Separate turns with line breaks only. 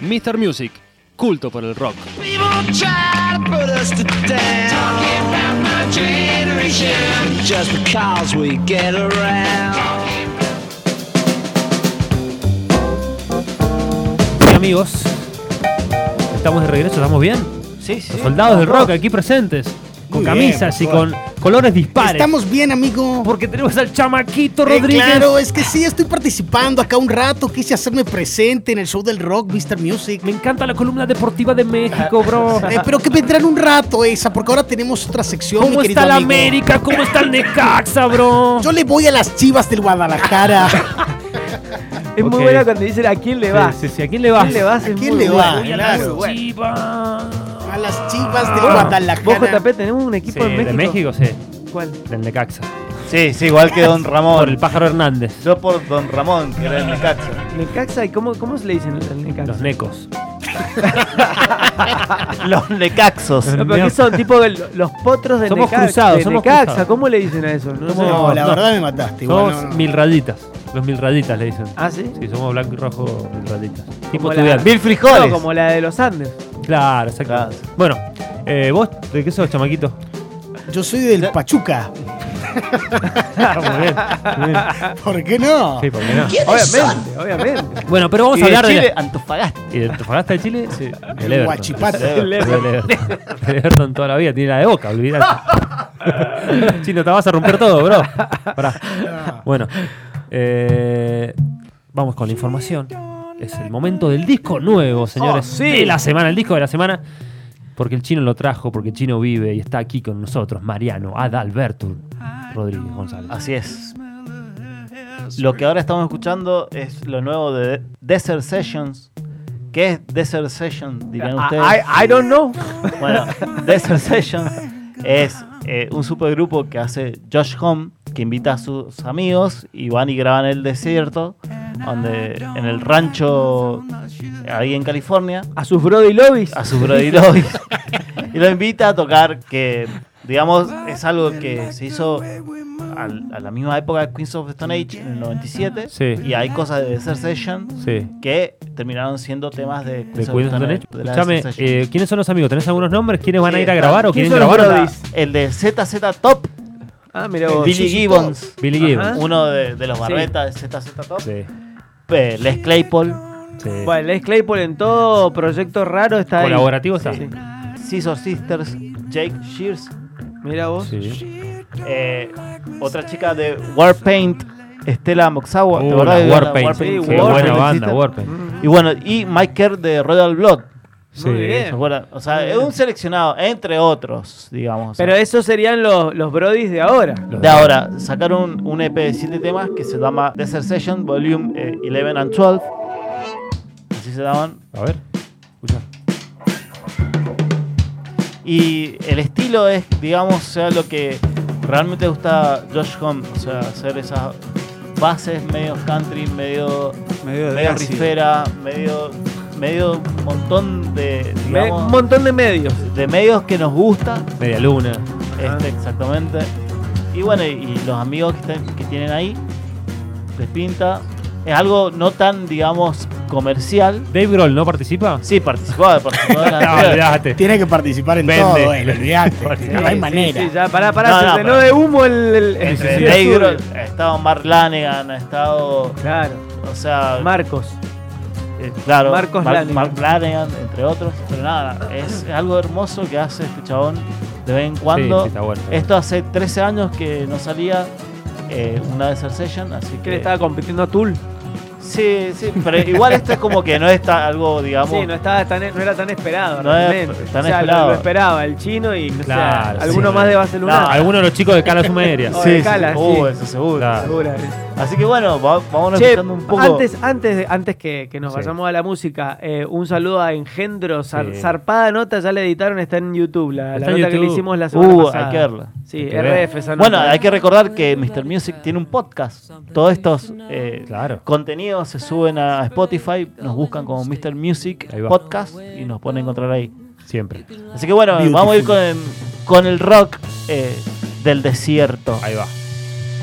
Mr. Music, culto por el rock.
People try to put us to down. Talking about my generation. Just because we get around.
Bien, amigos, estamos de regreso, ¿estamos bien?
Sí, sí.
Los soldados del rock aquí presentes, con
Muy
camisas
bien,
y con colores dispares.
Estamos bien, amigo.
porque tenemos al chamaquito
Eh,
Rodríguez.
claro, es que sí, estoy participando acá un rato. Quise hacerme presente en el show del rock, Mr. Music.
Me encanta la columna deportiva de México, bro.
Eh, pero que vendrán un rato esa, porque ahora tenemos otra sección, mi
¿Cómo
querido
está la
amigo.
América? ¿Cómo está el Necaxa, bro?
Yo le voy a las chivas del Guadalajara.
Es muy
Ok.
buena cuando dicen a quién le vas.
Sí, sí, sí, ¿A quién le
¿A
vas?
quién le vas? Es
¿A quién
muy
le
buena.
vas?
Voy a
Muy buena,
las
Claro.
muy buena.
Chivas.
a las chivas del
Bueno,
Vos,
Guadalajara.
JP, tenemos un equipo
Sí,
en México.
de México, sí.
¿Cuál?
Del Necaxa.
Sí, sí, igual que Don
Por el
Ramón.
pájaro Hernández.
Yo por Don Ramón, que era el Necaxa.
Necaxa. ¿Y cómo, cómo se le dicen al Necaxa?
Los necos.
Los Necaxos.
No, pero ¿qué son? Tipo el- los potros de
Somos
Necaxa.
cruzados,
de
somos
Necaxa.
cruzados.
¿Cómo le dicen a eso? No sé.
Somos-
No, la
No.
verdad me mataste.
Somos
bueno, no.
mil raditas. Los mil raditas le dicen.
¿Ah, sí?
Sí, somos blanco y rojo mil raditas. Tipo
la-
estudiante.
Mil frijoles.
No, como la de los Andes.
Claro, exacto. Bueno, eh, ¿vos de qué sos, chamaquito?
Yo soy del Pachuca.
Ah, muy bien, muy bien.
¿Por qué no?
Sí, ¿por qué no?
Obviamente, obviamente.
Bueno, pero vamos
Y
a
de
hablar de.
Chile,
la-
Antofagasta.
¿Y de Antofagasta de Chile? Sí. El Everton.
Guachipata.
El Everton. El Everton. El Everton toda la vida tiene la de boca, olvidate. Chino, te vas a romper todo, bro. Pará. Bueno, eh, vamos con la información. Es el momento del disco nuevo, señores.
Oh, sí.
De la semana, el disco de la semana. Porque el chino lo trajo, porque el chino vive y está aquí con nosotros. Mariano, Adalberto, Rodríguez González.
Así es. Lo que ahora estamos escuchando es lo nuevo de Desert Sessions. ¿Qué es Desert Sessions? Dirán ustedes.
Ah, I, I don't know.
Bueno, Desert Sessions es eh, un supergrupo que hace Josh Home, que invita a sus amigos y van y graban el desierto, donde en el rancho ahí en California,
A sus Brody Lobbies.
a sus brodilovis. y lo invita a tocar que, digamos, es algo que se hizo al- a la misma época de Queens of the Stone Age, en el 97,
Sí.
y hay cosas de Desert Session
Sí.
que terminaron siendo temas
De
de Queens of the
Queens of the Stone
Stone Age.
Age.
de la
Escuchame,
Desert Session.
eh, ¿quiénes son los amigos? ¿Tenés algunos nombres? ¿Quiénes van a
Sí,
ir a
está.
grabar o
¿Quién
quieren
son los
grabar?
Brodies?
El de ZZ Top,
Ah, mira vos.
Billy Gibbons,
Billy
Ajá.
Gibbons.
uno de, de los barretas de ZZ Top,
Sí,
eh, Les Claypool,
sí.
Bueno, Les Claypool en todo proyecto raro está ahí.
¿Colaborativo está?
Sí.
Scissor Sisters, Jake Shears,
Mira vos.
Sí.
eh, otra chica de Warpaint, Estela Moxawa, Oh, ¿te
Uh,
acordás
la
de
Warpaint. Sí,
Warpaint.
qué
Warpaint
buena banda,
existe?
Warpaint.
Y bueno, y Mike Kerr de Royal Blood.
Sí.
Muy bien.
¿se acuerdan? O sea, es un seleccionado, entre otros, digamos.
Pero esos serían los, los Brodies de ahora.
de ahora, sacaron un EP de 7 temas que se llama Desert Session Volume eh, 11 and 12. Así se llaman.
A ver. Escucha.
Y el estilo es, digamos, o sea, lo que realmente gusta Josh Home. O sea, hacer esas bases medio country, medio,
Medio de
medio
Garci.
rifera, medio, medio montón de,
Me- un
digamos,
montón de medios.
de medios que nos gusta.
Media luna.
Este, exactamente. Y bueno, y los amigos que, están- que tienen ahí, les pinta. Es algo no tan, digamos, comercial.
Dave Grohl no participa.
Sí, participó, participó de las
No,
anteriores.
olvidate.
Tiene que participar en
Vende.
todo, eh, olvidate. no hay
Sí,
manera.
Sí, ya, pará, pará,
No,
se
no,
llenó
pará.
de humo el. el, el-
Entre
el-
Dave
el-
Grohl, ha estado Mark Lanegan, ha estado.
Claro.
O sea,
Marcos.
eh, claro,
Marcos
Mar-
Lanegan.
Mark Lanegan, entre otros. Pero nada, es algo hermoso que hace este chabón de vez en
Sí,
cuando.
sí, está bueno.
Esto hace 13 años que no salía eh, una Desert Session, así
Que
que.
le estaba compitiendo a Tool.
Sí, sí, pero igual esto es como que no está algo, digamos.
Sí, no, estaba tan, no era tan esperado.
No era
realmente.
tan
O sea, lo-
esperado.
Lo, esperaba el chino y no sé,
Claro,
alguno
sí.
más de base lunar.
No,
Alguno de los chicos de Cala Sumeria.
O de Cala,
Uh,
sí.
eso seguro.
Claro.
Segura.
Así que bueno, va- vámonos
Che,
escuchando un poco.
antes, antes, de- antes que, que nos
Sí.
vayamos a la música, eh, un saludo a Engendro, zar-
Sí.
zarpada nota, ya la editaron, está en YouTube, la, la
Está en
nota que le
YouTube.
hicimos la semana
uh,
pasada.
hay que verla.
Sí,
que
RF esa nota.
Bueno, hay
¿eh?
que recordar que Mr. Music tiene un podcast. Todos estos eh,
Claro.
contenidos se suben a Spotify, nos buscan como Mr. Music
Ahí va.
Podcast y nos pueden encontrar ahí.
Siempre.
Así que bueno, vamos a ir con, con el rock eh, del desierto.
Ahí va.